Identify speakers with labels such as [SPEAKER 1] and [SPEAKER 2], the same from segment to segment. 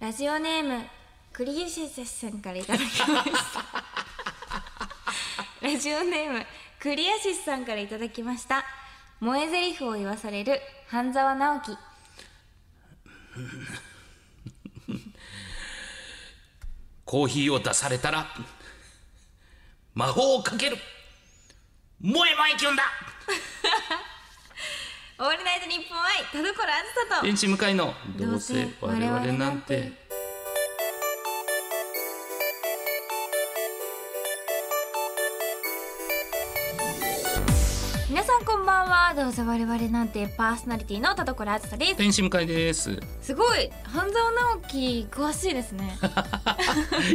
[SPEAKER 1] ラジオネームクリユシセスさんからいただきました ラジオネームクリアシスさんからいただきました萌え台詞を言わされる半沢直樹
[SPEAKER 2] コーヒーを出されたら魔法をかける萌えマイキュンだ
[SPEAKER 1] オールナイトニッポン愛田所あずさと
[SPEAKER 2] 天使向かいの
[SPEAKER 1] どうせ我々なんて皆さんこんばんはどうせ我々なんてパーソナリティの田所あずさです
[SPEAKER 2] 天使向 かいです
[SPEAKER 1] すごい半沢直樹詳しいです ね、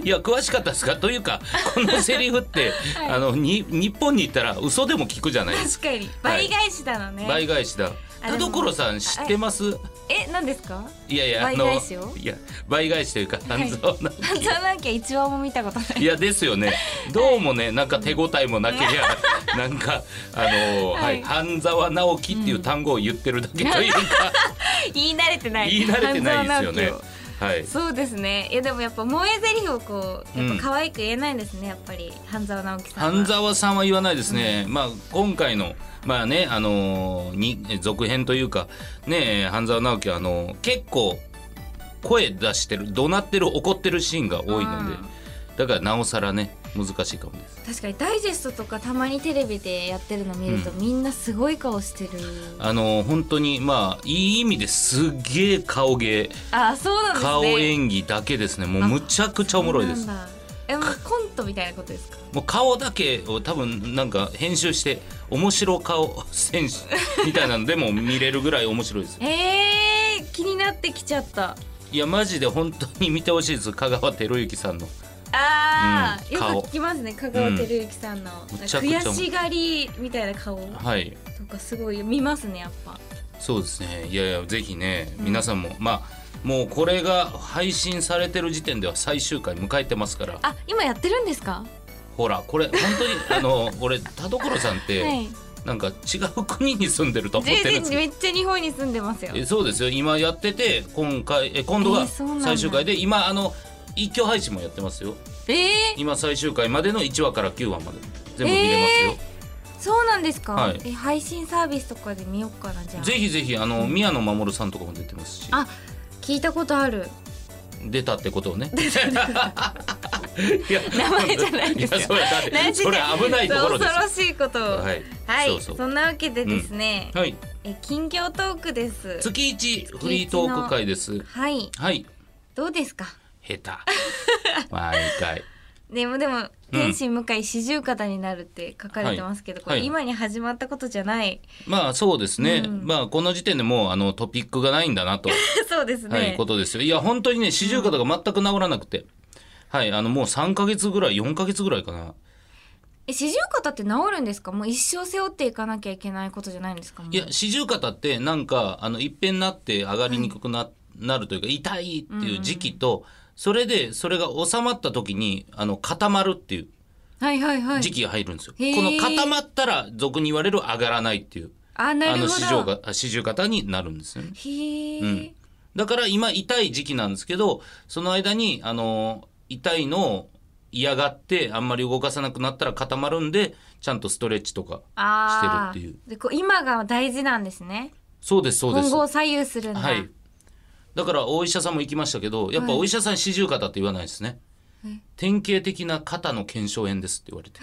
[SPEAKER 2] いや詳しかったですかというかこのセリフって
[SPEAKER 1] はい
[SPEAKER 2] あのに日本に行ったら嘘でも聞くじゃないです
[SPEAKER 1] 確
[SPEAKER 2] か
[SPEAKER 1] かに倍返しだのね、
[SPEAKER 2] 倍返しだ
[SPEAKER 1] あ
[SPEAKER 2] 田
[SPEAKER 1] でも
[SPEAKER 2] 所さん知ってます
[SPEAKER 1] え何ですか
[SPEAKER 2] いやいやあ
[SPEAKER 1] 倍
[SPEAKER 2] の
[SPEAKER 1] 返しを
[SPEAKER 2] いや倍返しというか半蔵の、
[SPEAKER 1] 半沢直樹は一話も見たことない
[SPEAKER 2] いやですよね。どうもね、なんか手応えもなけりゃ、なんかあの
[SPEAKER 1] は
[SPEAKER 2] はいい、半沢直樹っていう単語を言ってるだけとい うか、
[SPEAKER 1] 言い慣れてない
[SPEAKER 2] 言い慣れてないで
[SPEAKER 1] 半
[SPEAKER 2] すよ
[SPEAKER 1] 沢
[SPEAKER 2] ね
[SPEAKER 1] 直樹を。
[SPEAKER 2] はい。
[SPEAKER 1] そうですねいやでもやっぱ萌え台詞をこうや
[SPEAKER 2] う
[SPEAKER 1] っ
[SPEAKER 2] ん
[SPEAKER 1] ぱ可愛く言えないんですね、やっぱり半沢直樹さんは
[SPEAKER 2] 半沢さんは言わないですね。まあ今回のまあねあのに続編というかね半沢直樹はあの結構声出してる怒鳴ってる怒ってるシーンが多いの
[SPEAKER 1] う
[SPEAKER 2] で
[SPEAKER 1] ん、
[SPEAKER 2] だからなおさらね難しいかもで
[SPEAKER 1] 確
[SPEAKER 2] す。
[SPEAKER 1] かにダイジェストとかたまにテレビでやってるの見ると、みんなすごい顔してる
[SPEAKER 2] あの本当にまあいい意味ですっげえ顔芸。
[SPEAKER 1] あそうなんですね
[SPEAKER 2] 顔演技だけですねもうむちゃくちゃおもろいで
[SPEAKER 1] そ
[SPEAKER 2] す
[SPEAKER 1] うなんだえもうコントみたいなことですか
[SPEAKER 2] もう顔だけを多分なんか編集して面白顔 選手みたいなのでも見れるぐらい面白いです
[SPEAKER 1] えー、気になってきちゃった
[SPEAKER 2] いやマジで本当に見てほしいです香川照之さんの
[SPEAKER 1] あー、
[SPEAKER 2] うん
[SPEAKER 1] よ
[SPEAKER 2] 顔
[SPEAKER 1] く聞きますね香川照之さんの、
[SPEAKER 2] うんむちゃくちゃ
[SPEAKER 1] 悔しがりみたいな顔と
[SPEAKER 2] はい
[SPEAKER 1] かすごい見ますねやっぱ
[SPEAKER 2] そうですねいやいやぜひね皆さんも、まあもうこれが配信されてる時点では最終回迎えてますから
[SPEAKER 1] あ今やってるんですか
[SPEAKER 2] ほらこれ本当にあの俺田所さんっ
[SPEAKER 1] は
[SPEAKER 2] て
[SPEAKER 1] い
[SPEAKER 2] なんか違う国に住んでると思ってるんで
[SPEAKER 1] 全
[SPEAKER 2] す
[SPEAKER 1] 然
[SPEAKER 2] けど
[SPEAKER 1] めっちゃ日本に住んでますよ
[SPEAKER 2] えそうですよ今やってて今回え今度
[SPEAKER 1] え
[SPEAKER 2] が
[SPEAKER 1] そうなんだ
[SPEAKER 2] 最終回で、今あの一挙配信もやってますよ
[SPEAKER 1] えー、
[SPEAKER 2] 今最終回までの1話から9話まで全部見れますよ、
[SPEAKER 1] そうなんですか、
[SPEAKER 2] はい
[SPEAKER 1] え配信サービスとかで見よっかなじゃあ
[SPEAKER 2] ぜひぜひあの、宮野真守さんとかも出てますし
[SPEAKER 1] あ聞いたことある
[SPEAKER 2] 出たってことをね いや
[SPEAKER 1] 名前じゃないですよ
[SPEAKER 2] やそれだって
[SPEAKER 1] マジで
[SPEAKER 2] それ危ないところです
[SPEAKER 1] 恐ろしいことをは
[SPEAKER 2] はいい、そうそうん
[SPEAKER 1] なわけでですね、
[SPEAKER 2] はい
[SPEAKER 1] え近況トークです
[SPEAKER 2] 月一フリートーク会です
[SPEAKER 1] はい
[SPEAKER 2] はい
[SPEAKER 1] どうですか
[SPEAKER 2] 下手毎回
[SPEAKER 1] でもでも「
[SPEAKER 2] うん
[SPEAKER 1] 天心向井四十肩になる」って書かれてますけど、
[SPEAKER 2] はい
[SPEAKER 1] これ
[SPEAKER 2] はい
[SPEAKER 1] 今に始まったことじゃない
[SPEAKER 2] まあそうですね、
[SPEAKER 1] うん
[SPEAKER 2] まあこの時点でもうあのトピックがないんだなと
[SPEAKER 1] そうですね、
[SPEAKER 2] はい、ことですよ。いや、本当にね、四十肩が全く治らなくて。はい、あの、もう3ヶ月ぐらい、4ヶ月ぐらいかな。
[SPEAKER 1] え四十肩って治るんですかもう一生背負っていかなきゃいけないことじゃないんですかもう
[SPEAKER 2] いや、四十肩って、なんか、あの、いっぺんなって上がりにくくな、なるというか、痛いっていう時期と、それで、それが収まった時に、あの、固まるっていう
[SPEAKER 1] はいはいはい
[SPEAKER 2] 時期が入るんですよ。
[SPEAKER 1] へー
[SPEAKER 2] この固まったら、俗に言われる上がらないっていう、
[SPEAKER 1] あな
[SPEAKER 2] あ
[SPEAKER 1] る
[SPEAKER 2] の、
[SPEAKER 1] ほ
[SPEAKER 2] 四十
[SPEAKER 1] ど
[SPEAKER 2] 肩、四十肩になるんですよね。
[SPEAKER 1] へえ、
[SPEAKER 2] うんだから今痛い時期なんですけどその間にあの痛いのを嫌がってあんまり動かさなくなったら固まるんでちゃんとストレッチとか
[SPEAKER 1] あー
[SPEAKER 2] してるっていう
[SPEAKER 1] でこう今が大事なんですね
[SPEAKER 2] そうですそうで
[SPEAKER 1] 今
[SPEAKER 2] す
[SPEAKER 1] 後を左右するんだ、
[SPEAKER 2] はいだからお医者さんも行きましたけどやっぱお医者さん四十肩って言わないですね、典型的な肩の腱鞘炎ですって言われて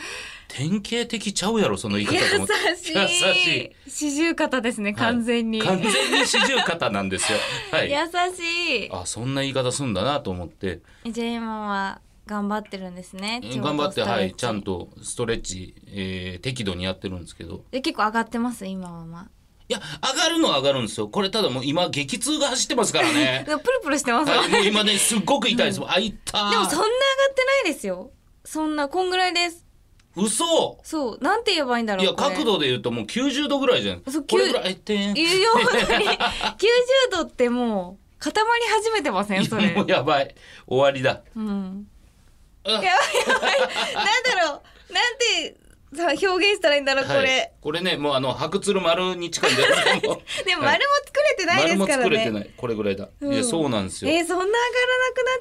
[SPEAKER 2] 典型的ちゃうやろその言い
[SPEAKER 1] 優
[SPEAKER 2] 方と思って
[SPEAKER 1] しい
[SPEAKER 2] 優しい
[SPEAKER 1] 四十肩ですね完全に、
[SPEAKER 2] はい完全に四十肩なんですよはい
[SPEAKER 1] 優しい
[SPEAKER 2] あそんな言い方すんだなと思って
[SPEAKER 1] えじゃあ今は頑張ってるんですねちょうど
[SPEAKER 2] 頑張っ
[SPEAKER 1] ス
[SPEAKER 2] て
[SPEAKER 1] トレッ
[SPEAKER 2] は
[SPEAKER 1] チ
[SPEAKER 2] いちゃんとストレッチ、えー適度にやってるんですけど
[SPEAKER 1] で結構上がってます今はま
[SPEAKER 2] いや上がるのは上がるんですよこれただもう今激痛が走ってますから
[SPEAKER 1] あ
[SPEAKER 2] ね
[SPEAKER 1] でもプルプルしてますよ、
[SPEAKER 2] はいもう今ねすっごく痛いです、もうあいたー
[SPEAKER 1] でもそんな上がってないですよそんなこんぐらいです
[SPEAKER 2] 嘘
[SPEAKER 1] そうなんて言えばいいんだろ
[SPEAKER 2] いうや
[SPEAKER 1] これ
[SPEAKER 2] 角度で言うともう90度ぐらいじゃない
[SPEAKER 1] そう
[SPEAKER 2] これぐらいえってん
[SPEAKER 1] 言うように 90度ってもう固まり始めてませんそれ
[SPEAKER 2] もうやばい終わりだ
[SPEAKER 1] うん。
[SPEAKER 2] あ
[SPEAKER 1] やばいやばい。なんだろう。なんてさあ表現したらいいんだろう、こ
[SPEAKER 2] はい
[SPEAKER 1] れ、
[SPEAKER 2] これねもうあの白鶴丸に近いんだけども
[SPEAKER 1] でも
[SPEAKER 2] はい
[SPEAKER 1] 丸も作れて ないで
[SPEAKER 2] 丸
[SPEAKER 1] す
[SPEAKER 2] も
[SPEAKER 1] からね
[SPEAKER 2] 作れてないこれぐらいだ、
[SPEAKER 1] うん
[SPEAKER 2] いやそうなんですよ、
[SPEAKER 1] えー、そんな上がらなくな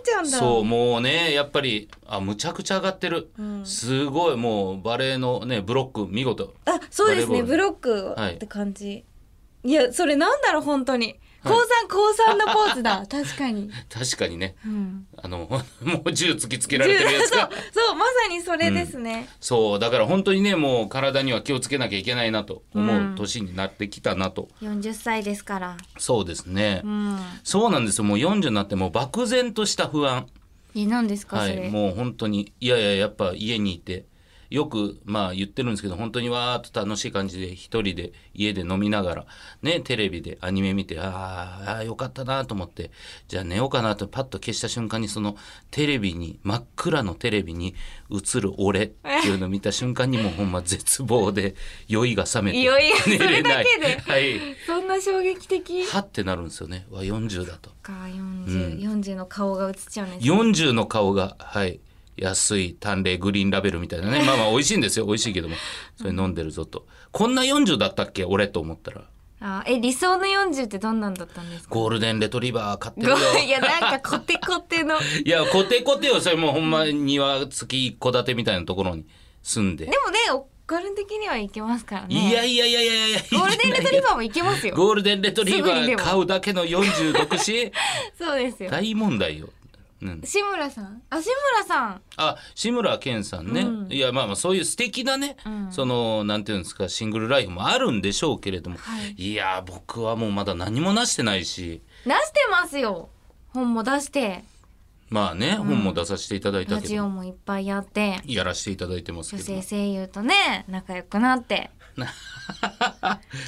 [SPEAKER 1] っちゃうんだ
[SPEAKER 2] そうもうねやっぱりあむちゃくちゃ上がってる、
[SPEAKER 1] うん
[SPEAKER 2] すごいもうバレーのねブロック見事
[SPEAKER 1] あそうですね
[SPEAKER 2] バ
[SPEAKER 1] ブ
[SPEAKER 2] レ
[SPEAKER 1] ロック
[SPEAKER 2] はい
[SPEAKER 1] って感じ、い、やそれなんだろう本当に
[SPEAKER 2] はい
[SPEAKER 1] 高三高三のポーズだ 確かに、
[SPEAKER 2] 確かにね
[SPEAKER 1] うん、
[SPEAKER 2] あの もう銃突きつけられてるや つ
[SPEAKER 1] そう
[SPEAKER 2] が
[SPEAKER 1] そうまさにそれですね、
[SPEAKER 2] そうだから本当にねもう体には気をつけなきゃいけないなと思う年になってきたなと、
[SPEAKER 1] 40歳ですから
[SPEAKER 2] そうですね、
[SPEAKER 1] うん
[SPEAKER 2] そうなんですよもう40になってもう漠然とした不安
[SPEAKER 1] え何ですか
[SPEAKER 2] は
[SPEAKER 1] そ
[SPEAKER 2] い、
[SPEAKER 1] れ、
[SPEAKER 2] もう本当にいやいややっぱ家にいてよくまあ言ってるんですけど本当にわーっと楽しい感じで一人で家で飲みながらねテレビでアニメ見てあーあーよかったなと思ってじゃあ寝ようかなとパッと消した瞬間にそのテレビに真っ暗のテレビに映る俺っていうのを見た 瞬間にもうほんま絶望で酔いが覚めて
[SPEAKER 1] 酔いが
[SPEAKER 2] 寝れない
[SPEAKER 1] それだけで
[SPEAKER 2] はい
[SPEAKER 1] そんな衝撃的
[SPEAKER 2] はってなるんですよねわ40だと。
[SPEAKER 1] か 40,、40の顔が映っちゃうんですね
[SPEAKER 2] 40の顔が、はい、安い淡麗グリーンラベルみたいなねまあまあ美味しいんですよ美味しいけどもそれ飲んでるぞとこんな40だったっけ俺と思ったら
[SPEAKER 1] あえ理想の40ってどんなんだったんですか
[SPEAKER 2] ゴールデンレトリバー買ってるよ
[SPEAKER 1] いやなんかコテコテ ので
[SPEAKER 2] いやコテコテよそれもうほんま庭付き一戸建てみたいなところに住んで、
[SPEAKER 1] もねお金的にはいけますからね
[SPEAKER 2] いやいやいやいやいや
[SPEAKER 1] ゴールデンレトリバーもいけますよ
[SPEAKER 2] ゴールデンレトリバ
[SPEAKER 1] すぐにで
[SPEAKER 2] ー
[SPEAKER 1] も
[SPEAKER 2] 買うだけの46し
[SPEAKER 1] そうですよ
[SPEAKER 2] 大問題よ、うん、
[SPEAKER 1] 志村さんあ志村さん
[SPEAKER 2] あ志村けんさんね、
[SPEAKER 1] うん
[SPEAKER 2] いやまあまあそういう素敵なね、
[SPEAKER 1] うん
[SPEAKER 2] そのなんていうんですかシングルライフもあるんでしょうけれども、
[SPEAKER 1] はい
[SPEAKER 2] い、や僕はもうまだ何もなしてないし
[SPEAKER 1] 出してますよ本も出して
[SPEAKER 2] まあね、本も出させていただいた
[SPEAKER 1] ラ
[SPEAKER 2] け
[SPEAKER 1] ジオ
[SPEAKER 2] ど
[SPEAKER 1] もいっぱいやって
[SPEAKER 2] やらせていただいてます
[SPEAKER 1] 女
[SPEAKER 2] けど
[SPEAKER 1] 性声優とね仲良くな って
[SPEAKER 2] な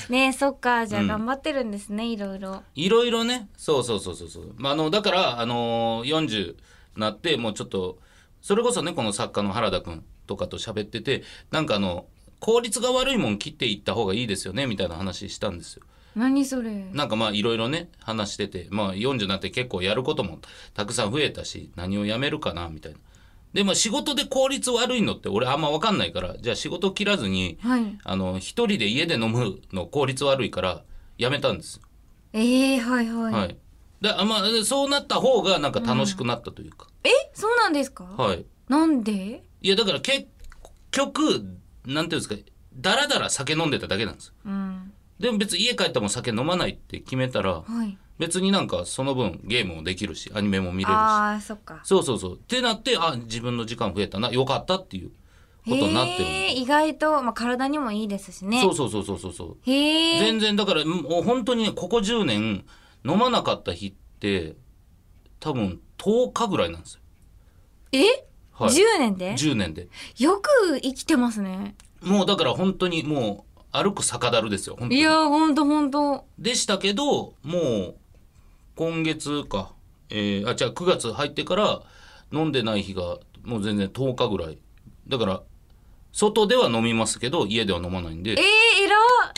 [SPEAKER 1] ねえそっかじゃあ
[SPEAKER 2] うん
[SPEAKER 1] 頑張ってるんですね、いろいろ
[SPEAKER 2] いろいろねそうそうそうそうそう、まあ、あのだから、あのー40なってもうちょっとそれこそねこの作家の原田君とかと喋っててなんかあの効率が悪いもん切っていった方がいいですよねみたいな話したんですよ。
[SPEAKER 1] 何それ
[SPEAKER 2] なんかまあいろいろね話してて、まあ、40になって結構やることもたくさん増えたし何をやめるかなみたいな。でまあ仕事で効率悪いのって俺あんま分かんないからじゃあ仕事切らずに
[SPEAKER 1] はい
[SPEAKER 2] あの一人で家で飲むの効率悪いからやめたんですよ。
[SPEAKER 1] ええはいはい、
[SPEAKER 2] はい、であまあそうなった方がなんか楽しくなったというか、
[SPEAKER 1] えそうなんですか、
[SPEAKER 2] はい、
[SPEAKER 1] なんで
[SPEAKER 2] いやだから結局なんていうんですかだらだら酒飲んでただけなんですよ
[SPEAKER 1] うん
[SPEAKER 2] でも別に家帰っても酒飲まないって決めたら、
[SPEAKER 1] はい
[SPEAKER 2] 別になんかその分ゲームもできるしアニメも見れるし
[SPEAKER 1] あーそっか
[SPEAKER 2] そうそうそうってなってあ自分の時間増えたなよかったっていうことになってるん
[SPEAKER 1] へ
[SPEAKER 2] で
[SPEAKER 1] え意外と、まあ、体にもいいですしね
[SPEAKER 2] そうそうそうそうそうそう
[SPEAKER 1] へえ
[SPEAKER 2] 全然だからもう本当にねここ10年飲まなかった日って多分10日ぐらいなんですよ、
[SPEAKER 1] え、
[SPEAKER 2] はい、
[SPEAKER 1] 10年で
[SPEAKER 2] 10年で
[SPEAKER 1] よく生きてますね
[SPEAKER 2] もうだから本当にもう歩く酒だるですよ本当
[SPEAKER 1] い
[SPEAKER 2] に
[SPEAKER 1] やーほんとほんと
[SPEAKER 2] でしたけどもう今月か、えーあじゃあ9月入ってから飲んでない日がもう全然10日ぐらいだから外では飲みますけど家では飲まないん
[SPEAKER 1] えー、
[SPEAKER 2] で、
[SPEAKER 1] 偉い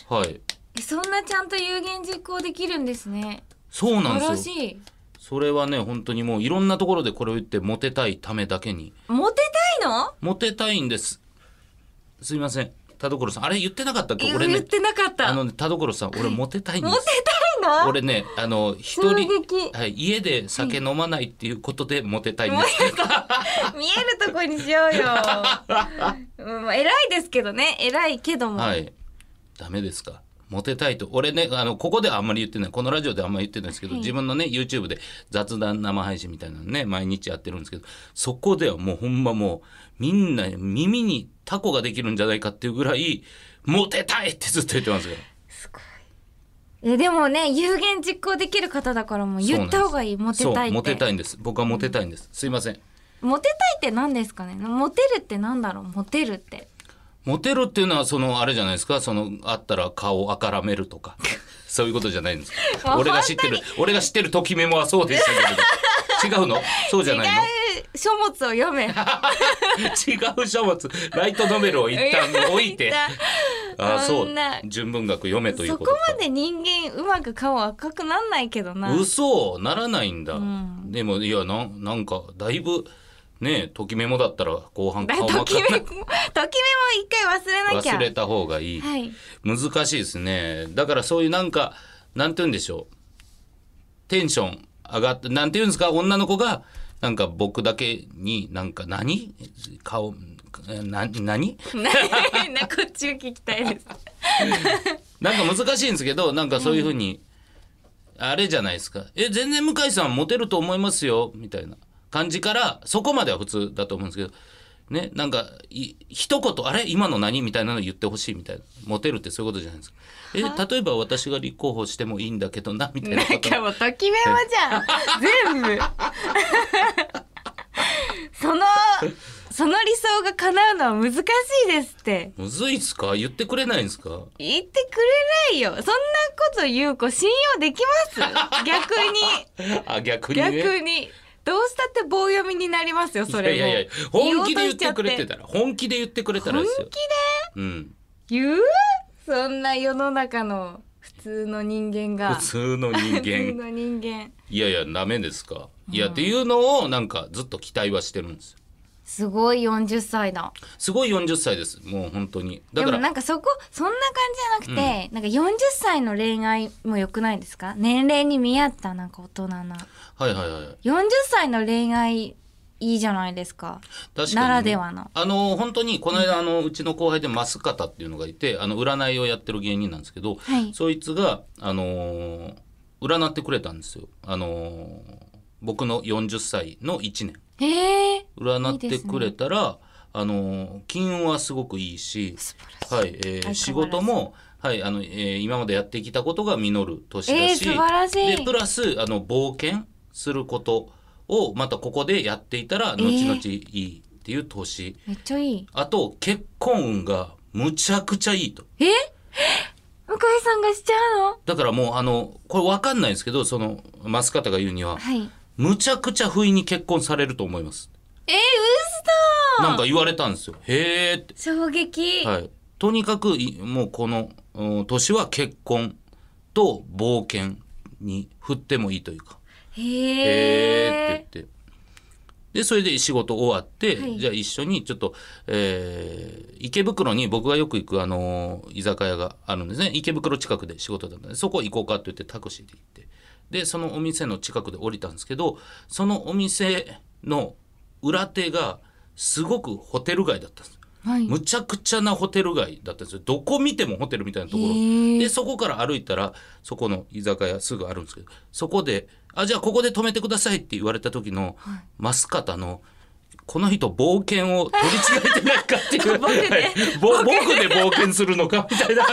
[SPEAKER 2] はい、
[SPEAKER 1] えそんなちゃんと有言実行できるんですね
[SPEAKER 2] そう
[SPEAKER 1] 素
[SPEAKER 2] なん
[SPEAKER 1] 晴ら
[SPEAKER 2] です
[SPEAKER 1] し
[SPEAKER 2] よ
[SPEAKER 1] い
[SPEAKER 2] それはね本当にもういろんなところでこれを言ってモテたいためだけに
[SPEAKER 1] モテたいの
[SPEAKER 2] モテたいんですすいません田所さんあれ言ってなかったっけ
[SPEAKER 1] え
[SPEAKER 2] 俺
[SPEAKER 1] 言っ
[SPEAKER 2] ね
[SPEAKER 1] てなかった
[SPEAKER 2] あ
[SPEAKER 1] モ
[SPEAKER 2] のね田所さん俺モテたいんで
[SPEAKER 1] テ
[SPEAKER 2] す
[SPEAKER 1] たいの
[SPEAKER 2] 俺ねあの一
[SPEAKER 1] 衝
[SPEAKER 2] 人
[SPEAKER 1] 撃
[SPEAKER 2] はい、家で酒飲まないっていうことでモテたいんです、
[SPEAKER 1] 見えるとこにしようよ、うんまあ、偉いですけどね偉いけども、
[SPEAKER 2] はい。ダメですか。モテたいと。俺ね、あの、ここではあんまり言ってない。このラジオではあんまり言ってないですけど、自分のね、YouTube で雑談生配信みたいなのね、毎日やってるんですけど、そこではもうほんまもう、みんな耳にタコができるんじゃないかっていうぐらい、モテたいってずっと言ってますよ。
[SPEAKER 1] すごいえでもね有言実行できる方だからもう言った方がいいモテたいって
[SPEAKER 2] そう、モテたいんです。僕はモテたいんです。すいません。
[SPEAKER 1] モテたいって何ですかねモテるって何だろうモテるって
[SPEAKER 2] モテるっていうのはそのあれじゃないですかそのあったら顔をあからめるとか そういうことじゃないんです
[SPEAKER 1] も
[SPEAKER 2] か
[SPEAKER 1] う
[SPEAKER 2] 俺が知ってる俺が知ってるときめもはそうでしたけれど違うのそうじゃ
[SPEAKER 1] 違
[SPEAKER 2] な
[SPEAKER 1] う
[SPEAKER 2] い
[SPEAKER 1] 書物を読め
[SPEAKER 2] の違う書物ライトノベルを一旦置 いてあそ
[SPEAKER 1] そん
[SPEAKER 2] う
[SPEAKER 1] な
[SPEAKER 2] 純文学読めという
[SPEAKER 1] そ
[SPEAKER 2] こ
[SPEAKER 1] ことまで人間うまく顔赤くなんないけどな
[SPEAKER 2] 嘘ならないんだ、
[SPEAKER 1] ん
[SPEAKER 2] でもいやななんかだいぶねえときメモだったら後半
[SPEAKER 1] だ
[SPEAKER 2] 顔
[SPEAKER 1] と
[SPEAKER 2] 真っ
[SPEAKER 1] きめ
[SPEAKER 2] 赤
[SPEAKER 1] もと
[SPEAKER 2] に
[SPEAKER 1] きめも一回忘れなきゃ
[SPEAKER 2] 忘れた方がいい、
[SPEAKER 1] はい
[SPEAKER 2] 難しいですねだからそういうなんかなんて言うんでしょうテンション上がってなんて言うんですか女の子がなんか僕だけになんか何顔な何
[SPEAKER 1] ななこっちを聞きたい です
[SPEAKER 2] なんか難しいんですけどなんかそういうふうに、あれじゃないですか「え全然向井さんモテると思いますよ」みたいな感じからそこまでは普通だと思うんですけど。ね、なんかい一言「あれ今の何?」みたいなの言ってほしいみたいなモテるってそういうことじゃないですかえ例えば私が立候補してもいいんだけどなみたいな
[SPEAKER 1] な
[SPEAKER 2] こ
[SPEAKER 1] ん
[SPEAKER 2] と
[SPEAKER 1] かもうときめもじゃん全部 そのその理想が叶うのは難しいですって
[SPEAKER 2] むずいっすか言ってくれないんですか
[SPEAKER 1] 言ってくれないよそんなこと言う子信用できます逆に
[SPEAKER 2] あ逆にね
[SPEAKER 1] 逆にどうしたって棒読みになりますよそれも
[SPEAKER 2] いやいやいや本気で言ってくれてたら本気で言ってくれたらですよ
[SPEAKER 1] 本気
[SPEAKER 2] うん
[SPEAKER 1] 言うそんな世の中の普通の人間が
[SPEAKER 2] 普通の人
[SPEAKER 1] 普通
[SPEAKER 2] 間
[SPEAKER 1] の人間
[SPEAKER 2] いやいやダメですか、いやっていうのをなんかずっと期待はしてるんですよ
[SPEAKER 1] すごい40歳だ
[SPEAKER 2] すごい40歳ですもう本当にだ
[SPEAKER 1] で
[SPEAKER 2] か
[SPEAKER 1] も
[SPEAKER 2] ら
[SPEAKER 1] なんかそこそんな感じじゃなくて、なんか40歳の恋愛も良くないですか年齢に見合ったなんか大人な
[SPEAKER 2] はいはいはい
[SPEAKER 1] 40歳の恋愛いいじゃないですか
[SPEAKER 2] 確かにね
[SPEAKER 1] ならではの
[SPEAKER 2] あの本当にこの間あのうちの後輩で増方っていうのがいてあの占いをやってる芸人なんですけど、
[SPEAKER 1] はい
[SPEAKER 2] そいつがあのー占ってくれたんですよあのー僕の40歳の1年
[SPEAKER 1] へえ
[SPEAKER 2] 占ってくれたらあの金運はすごくいいし
[SPEAKER 1] 素晴らしい
[SPEAKER 2] はいえ
[SPEAKER 1] 相変
[SPEAKER 2] ー
[SPEAKER 1] わらず
[SPEAKER 2] 仕事も、はいあのえー今までやってきたことが実る年だし,、
[SPEAKER 1] えー素晴らしい
[SPEAKER 2] でプラスあの冒険することをまたここでやっていたら
[SPEAKER 1] えー
[SPEAKER 2] 後々いいっていう年、
[SPEAKER 1] めっちゃいい
[SPEAKER 2] あと結婚運がむちゃくちゃいいと。
[SPEAKER 1] え向井さんがしちゃうの
[SPEAKER 2] だからもうあのこれ分かんないですけどその増方が言うには
[SPEAKER 1] はい
[SPEAKER 2] むちゃくちゃ不意に結婚されると思います
[SPEAKER 1] えー、嘘
[SPEAKER 2] なんか言われたんですよへえって
[SPEAKER 1] 衝撃、
[SPEAKER 2] はい、とにかくいもうこのうん年は結婚と冒険に振ってもいいというか「
[SPEAKER 1] へ
[SPEAKER 2] えー」
[SPEAKER 1] え
[SPEAKER 2] って言ってでそれで仕事終わって、
[SPEAKER 1] はい
[SPEAKER 2] じゃあ一緒にちょっと、えー池袋に僕がよく行く、あのー居酒屋があるんですね池袋近くで仕事だったんでそこ行こうかって言ってタクシーで行ってでそのお店の近くで降りたんですけどそのお店の裏手がすごくホテル街だったんです。
[SPEAKER 1] はい
[SPEAKER 2] むちゃくちゃなホテル街だったんですよどこ見てもホテルみたいなとこ
[SPEAKER 1] へー
[SPEAKER 2] ろでそこから歩いたらそこの居酒屋すぐあるんですけどそこで「あじゃあここで止めてください」って言われた時の、増方の「この人冒険を取り違えてないか」っ ていうはい ぼ僕で冒険するのかみたいな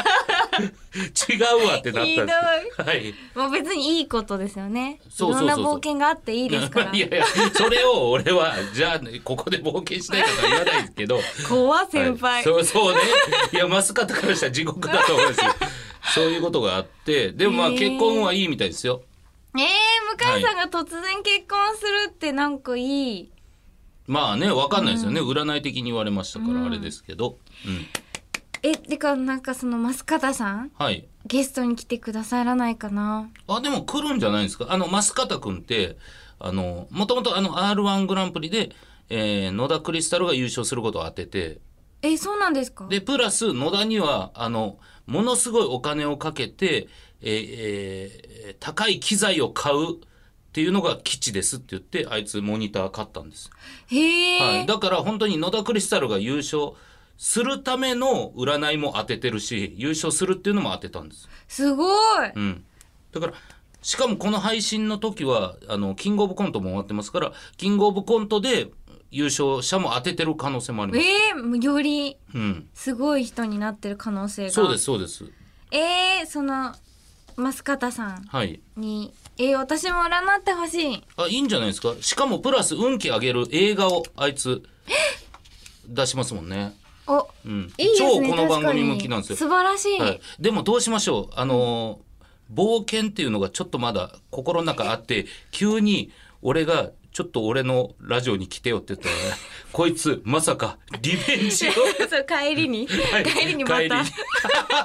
[SPEAKER 2] 違うわってなったんですけどはい
[SPEAKER 1] もう別にいいことですよね
[SPEAKER 2] そうそうそうそう
[SPEAKER 1] ろんな冒険があっていいですから
[SPEAKER 2] いやいやそれを俺はじゃあここで冒険したいとか言わないですけど
[SPEAKER 1] 怖先
[SPEAKER 2] は
[SPEAKER 1] 輩、
[SPEAKER 2] い、そうそうねいやマスカットからしたら地獄だと思う んですよそういうことがあってでもまあ
[SPEAKER 1] へー
[SPEAKER 2] 結婚はいいみたいですよ
[SPEAKER 1] えー、向井さんが突然結婚するってなんかいい、
[SPEAKER 2] まあねわかんないですよね、占い的に言われましたからあれですけど、うん、
[SPEAKER 1] えてかなんかその増方さん
[SPEAKER 2] はい
[SPEAKER 1] ゲストに来てくださらないかな
[SPEAKER 2] あでも来るんじゃないですかあの増方君ってあのもともとあの r 1グランプリで、えー野田クリスタルが優勝することを当てて
[SPEAKER 1] えそうなんですか
[SPEAKER 2] でプラス野田にはあのものすごいお金をかけて、えーえー高い機材を買うっていうのが基地ですって言ってあいつモニター買ったんです、
[SPEAKER 1] へえ、
[SPEAKER 2] はい、だから本当に野田クリスタルが優勝するための占いも当ててるし優勝するっていうのも当てたんです、
[SPEAKER 1] すごい
[SPEAKER 2] うん、だからしかもこの配信の時はあのキングオブコントも終わってますからキングオブコントで優勝者も当ててる可能性もあります、
[SPEAKER 1] えー、より
[SPEAKER 2] うん、
[SPEAKER 1] すごい人になってる可能性が
[SPEAKER 2] そうですそうです
[SPEAKER 1] えー、その増方さん
[SPEAKER 2] はい
[SPEAKER 1] にえー、私も占ってほしい
[SPEAKER 2] あいいんじゃないですかしかもプラス運気上げる映画をあいつ出しますもんね、
[SPEAKER 1] お
[SPEAKER 2] うん、
[SPEAKER 1] いいですね
[SPEAKER 2] 超この番組向きなんです
[SPEAKER 1] 素
[SPEAKER 2] よ、
[SPEAKER 1] 晴らしい、
[SPEAKER 2] はい、でもどうしましょうあのー冒険っていうのがちょっとまだ心の中あって急に俺がちょっと俺のラジオに来てよって 言ったら、ね、こいつまさかリベンジを
[SPEAKER 1] そう帰りに、
[SPEAKER 2] はい
[SPEAKER 1] 帰りにまた
[SPEAKER 2] 帰りに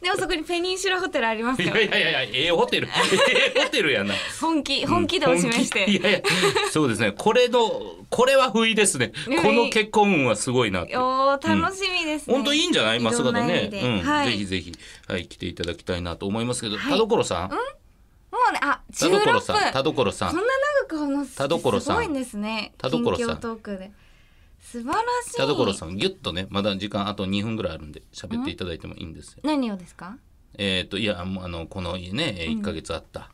[SPEAKER 1] でもそこにペニンシュラホテルあります
[SPEAKER 2] い
[SPEAKER 1] よ
[SPEAKER 2] やいやいやええホテルええホテルやな
[SPEAKER 1] 本気本気度を示して、
[SPEAKER 2] 本気いやいやそうですねこれのこれは不意ですね
[SPEAKER 1] うん
[SPEAKER 2] この結婚運はすごいなって
[SPEAKER 1] おー楽しみですね、
[SPEAKER 2] 本当いいんじゃない今
[SPEAKER 1] ろん
[SPEAKER 2] 姿
[SPEAKER 1] な意
[SPEAKER 2] ね
[SPEAKER 1] 味で
[SPEAKER 2] うん、
[SPEAKER 1] はい
[SPEAKER 2] ぜひぜひはい来ていただきたいなと思いますけど、
[SPEAKER 1] はい
[SPEAKER 2] 田所さん
[SPEAKER 1] もうねあ
[SPEAKER 2] 田
[SPEAKER 1] 16
[SPEAKER 2] 所
[SPEAKER 1] 分
[SPEAKER 2] さん田所さ
[SPEAKER 1] こんなん長く話す
[SPEAKER 2] 田所さん
[SPEAKER 1] すごいんですね
[SPEAKER 2] 田所さ
[SPEAKER 1] 近
[SPEAKER 2] ん
[SPEAKER 1] 況トークで素晴らしい
[SPEAKER 2] 田所さんギュッとねまだ時間あと2分ぐらいあるんで喋っていただいてもいいんですよ
[SPEAKER 1] 何をですか
[SPEAKER 2] えっ、といやもうあのこのねえー1ヶ月あった、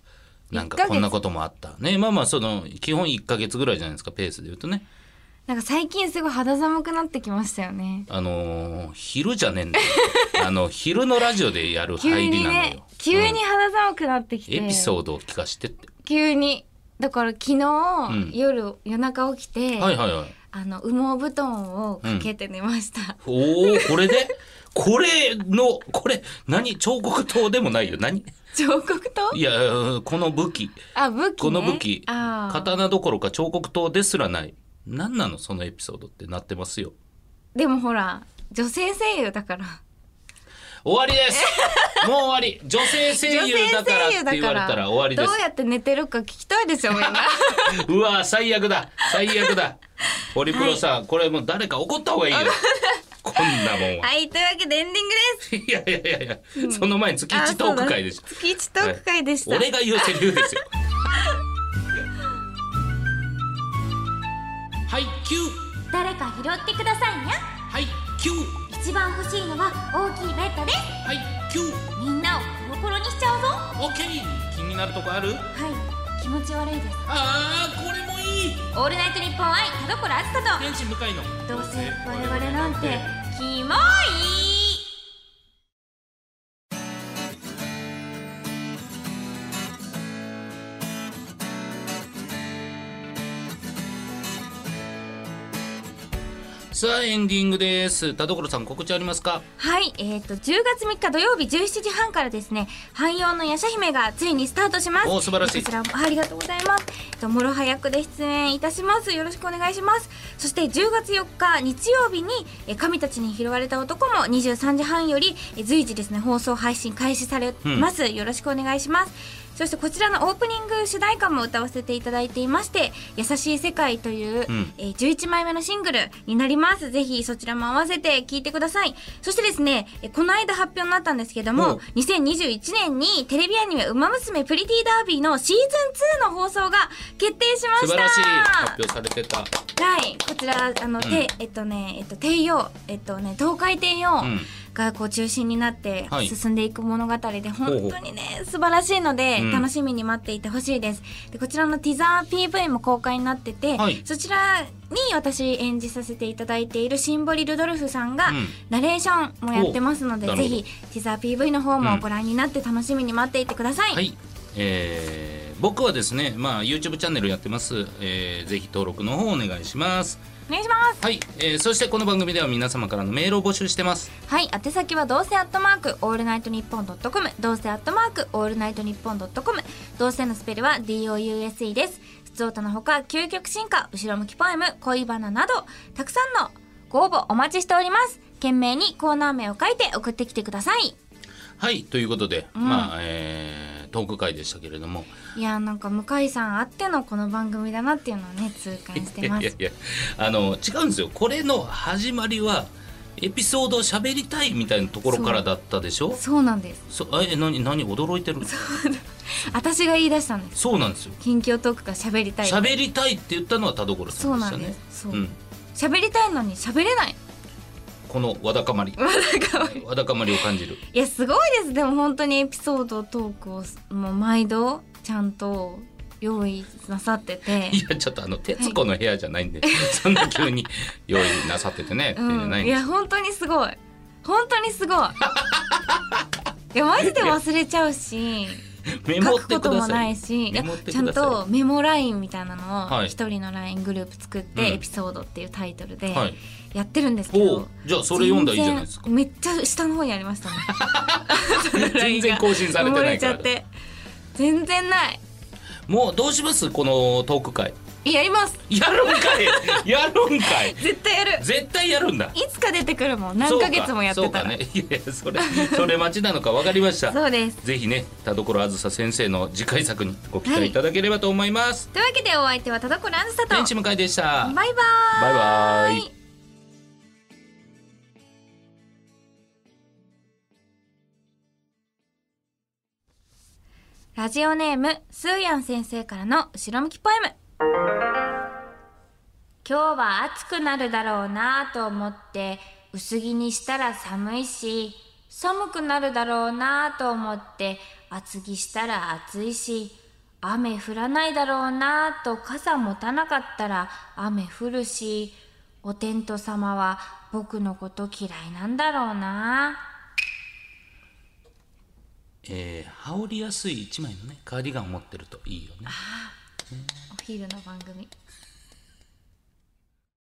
[SPEAKER 2] なん
[SPEAKER 1] 1ヶ
[SPEAKER 2] か
[SPEAKER 1] 月
[SPEAKER 2] こんなこともあったねまあまあその基本1ヶ月ぐらいじゃないですかペースで言うとね
[SPEAKER 1] なんか最近すごい肌寒くなってきましたよね
[SPEAKER 2] あのー昼じゃねえ んだよあの昼のラジオでやる
[SPEAKER 1] 急
[SPEAKER 2] 入り
[SPEAKER 1] に
[SPEAKER 2] なのよ、
[SPEAKER 1] ね急に肌寒くなってき
[SPEAKER 2] うん
[SPEAKER 1] て、
[SPEAKER 2] エピソードを聞かしてって、
[SPEAKER 1] 急にだから昨日、
[SPEAKER 2] ん
[SPEAKER 1] 夜夜中起きて、
[SPEAKER 2] はいはいはい
[SPEAKER 1] あの羽毛布団をかけて寝ました、
[SPEAKER 2] おおこれでこれのこれ何彫刻刀でもないよ何
[SPEAKER 1] 彫刻刀
[SPEAKER 2] いやうんこの武器
[SPEAKER 1] あ武器、ね、
[SPEAKER 2] この武器、
[SPEAKER 1] あー
[SPEAKER 2] 刀どころか彫刻刀ですらない何なのそのエピソードってなってますよ
[SPEAKER 1] でもほら女性声優だから
[SPEAKER 2] 終わりです もう終わり女性声優だからって言われたら終わりで
[SPEAKER 1] どうやって寝てるか聞きたいですよ みんな
[SPEAKER 2] すうわ最悪だ最悪だホリプロさん、これもう誰か怒った方がいい よこんなもんは、
[SPEAKER 1] はいというわけでエンディングです
[SPEAKER 2] い、やいやいやいや、その前に月一トーク会でしょ
[SPEAKER 1] あそうだ月一トーク会でした、
[SPEAKER 2] 俺が言うセリ フですよ。はい、キュー、
[SPEAKER 1] 誰か拾ってくださいね
[SPEAKER 2] はい、キュー、
[SPEAKER 1] 一番欲しいのは大きいベッドです
[SPEAKER 2] はい、キュー、
[SPEAKER 1] みんなをコロコロにしちゃうぞは
[SPEAKER 2] オッケー。気になるとこある？
[SPEAKER 1] い気持ち悪いです
[SPEAKER 2] ああ、これもいい。
[SPEAKER 1] オールナイトニッポン愛田所あずさ
[SPEAKER 2] 天使向かいの。
[SPEAKER 1] とどうせ我々なんてキモい
[SPEAKER 2] さあエンディングです。田所さん告知ありますか？
[SPEAKER 1] はい、えっ、と10月3日土曜日17時半からですね、汎用の夜叉姫がついにスタートします。
[SPEAKER 2] お素晴らしい
[SPEAKER 1] こちらもあありがとうございます。えっと諸刃役で出演いたします。よろしくお願いします。そして10月4日日曜日に、えー神たちに拾われた男も23時半より、えー随時ですね放送配信開始されます、よろしくお願いします。そしてこちらのオープニング主題歌も歌わせていただいていまして「優しい世界」という、
[SPEAKER 2] うん
[SPEAKER 1] えー11枚目のシングルになりますぜひそちらも合わせて聴いてくださいそしてですねえーこの間発表になったんですけど
[SPEAKER 2] おう
[SPEAKER 1] も2021年にテレビアニメ「ウマ娘プリティダービー」のシーズン2の放送が決定しま
[SPEAKER 2] 素
[SPEAKER 1] した
[SPEAKER 2] 晴らしい発表されてた。
[SPEAKER 1] はいこちらあの、
[SPEAKER 2] うん
[SPEAKER 1] てえっとねえっと帝王えっとね東海帝王、
[SPEAKER 2] うん。
[SPEAKER 1] がこう中心になって
[SPEAKER 2] はい
[SPEAKER 1] 進んでいく物語で
[SPEAKER 2] ほう
[SPEAKER 1] 本当にね素晴らしいので
[SPEAKER 2] うん
[SPEAKER 1] 楽しみに待っていてほしいです。でこちらのティザー PV も公開になってて、
[SPEAKER 2] はい
[SPEAKER 1] そちらに私演じさせていただいているシンボリ・ルドルフさんが
[SPEAKER 2] うん
[SPEAKER 1] ナレーションもやってますので、
[SPEAKER 2] おな
[SPEAKER 1] ぜ
[SPEAKER 2] るほど
[SPEAKER 1] ひティザー PV の方もご覧になって楽しみに待っていてください。
[SPEAKER 2] はい、えー、僕はですね、まあ YouTube チャンネルやってます。えー、ぜひ登録の方お願いします。
[SPEAKER 1] お願いします。
[SPEAKER 2] はい、えー、そしてこの番組では皆様からのメールを募集してます。
[SPEAKER 1] はい、宛先はどうせアットマークオールナイトニッポンドットコム、どうせアットマークオールナイトニッポンドットコム、どうせのスペルは DOUSE です。普通歌のほか、究極進化、後ろ向きポエム、恋バナなど、たくさんのご応募お待ちしております。懸命にコーナー名を書いて送ってきてください。
[SPEAKER 2] はいということで、まあ、えー、トーク会でしたけれども
[SPEAKER 1] いやーなんか向井さんあってのこの番組だなっていうのをね、痛感してま
[SPEAKER 2] いや
[SPEAKER 1] す
[SPEAKER 2] い。やあの違うんですよこれの始まりはエピソードを喋りたいみたいなところからだったでしょ
[SPEAKER 1] そうなんです。
[SPEAKER 2] そえ何何驚いてる
[SPEAKER 1] 私が言い出したんです。
[SPEAKER 2] そうなんですよ
[SPEAKER 1] 近況トークが喋りたい。
[SPEAKER 2] 喋りたいって言ったのは田所さ
[SPEAKER 1] そ
[SPEAKER 2] ん
[SPEAKER 1] う
[SPEAKER 2] でし
[SPEAKER 1] な
[SPEAKER 2] た
[SPEAKER 1] んで
[SPEAKER 2] ね
[SPEAKER 1] す。そう。
[SPEAKER 2] ん
[SPEAKER 1] 喋、りたいのに喋れない。
[SPEAKER 2] このわだかまり
[SPEAKER 1] まだかわいい。
[SPEAKER 2] わだかまりを感じる
[SPEAKER 1] いやすごいですでも本当にエピソードトークをもう毎度ちゃんと用意なさってて、
[SPEAKER 2] いやちょっとあの『徹子の部屋』じゃないんで、そんな急に用意なさっててねっていううのはなんいん
[SPEAKER 1] い
[SPEAKER 2] です
[SPEAKER 1] や本当にすごい本当にすごいいやマジで忘れちゃうし
[SPEAKER 2] メ
[SPEAKER 1] 書
[SPEAKER 2] モっ
[SPEAKER 1] く
[SPEAKER 2] て
[SPEAKER 1] こ
[SPEAKER 2] く
[SPEAKER 1] と
[SPEAKER 2] だ
[SPEAKER 1] もな
[SPEAKER 2] さ
[SPEAKER 1] い
[SPEAKER 2] い
[SPEAKER 1] しいや
[SPEAKER 2] メモって
[SPEAKER 1] ちゃ
[SPEAKER 2] く
[SPEAKER 1] ん
[SPEAKER 2] ださい
[SPEAKER 1] とメモラインみたいなのを
[SPEAKER 2] はい
[SPEAKER 1] 一人の LINE グループ作っ
[SPEAKER 2] うん
[SPEAKER 1] て「エピソード」っていうタイトルで
[SPEAKER 2] はい
[SPEAKER 1] やってるんですけど、
[SPEAKER 2] おうじゃあそれ読んだらいいじゃないですか
[SPEAKER 1] 全然めっちゃ下の方にありましたね
[SPEAKER 2] 全然更新されて
[SPEAKER 1] 埋も
[SPEAKER 2] な
[SPEAKER 1] れ
[SPEAKER 2] い
[SPEAKER 1] ち
[SPEAKER 2] か
[SPEAKER 1] ゃっ
[SPEAKER 2] ら
[SPEAKER 1] て全然ない
[SPEAKER 2] もうどうしますこのトーク会
[SPEAKER 1] いえやります
[SPEAKER 2] やるんかいやるんかい
[SPEAKER 1] 絶対やる
[SPEAKER 2] 絶対やるんだ
[SPEAKER 1] いつか出てくるもん何ヶ月もやってたら
[SPEAKER 2] そうかそうかねいやいやそれそれ待ちなのか分かりました
[SPEAKER 1] そうです
[SPEAKER 2] ぜひね田所あずさ先生の次回作にご期待いただければと思います、
[SPEAKER 1] というわけでお相手は田所あずさと
[SPEAKER 2] 天地向かいでした
[SPEAKER 1] バイバー
[SPEAKER 2] バイバイ
[SPEAKER 1] ラジオネームスーヤン先生からの後ろ向きポエム今日は暑くなるだろうなと思って薄着にしたら寒いし寒くなるだろうなと思って厚着したら暑いし雨降らないだろうなと傘持たなかったら雨降るしお天道様は僕のこと嫌いなんだろうな
[SPEAKER 2] えー、羽織りやすい一枚のねカーディガンを持ってるといいよね
[SPEAKER 1] お昼の番組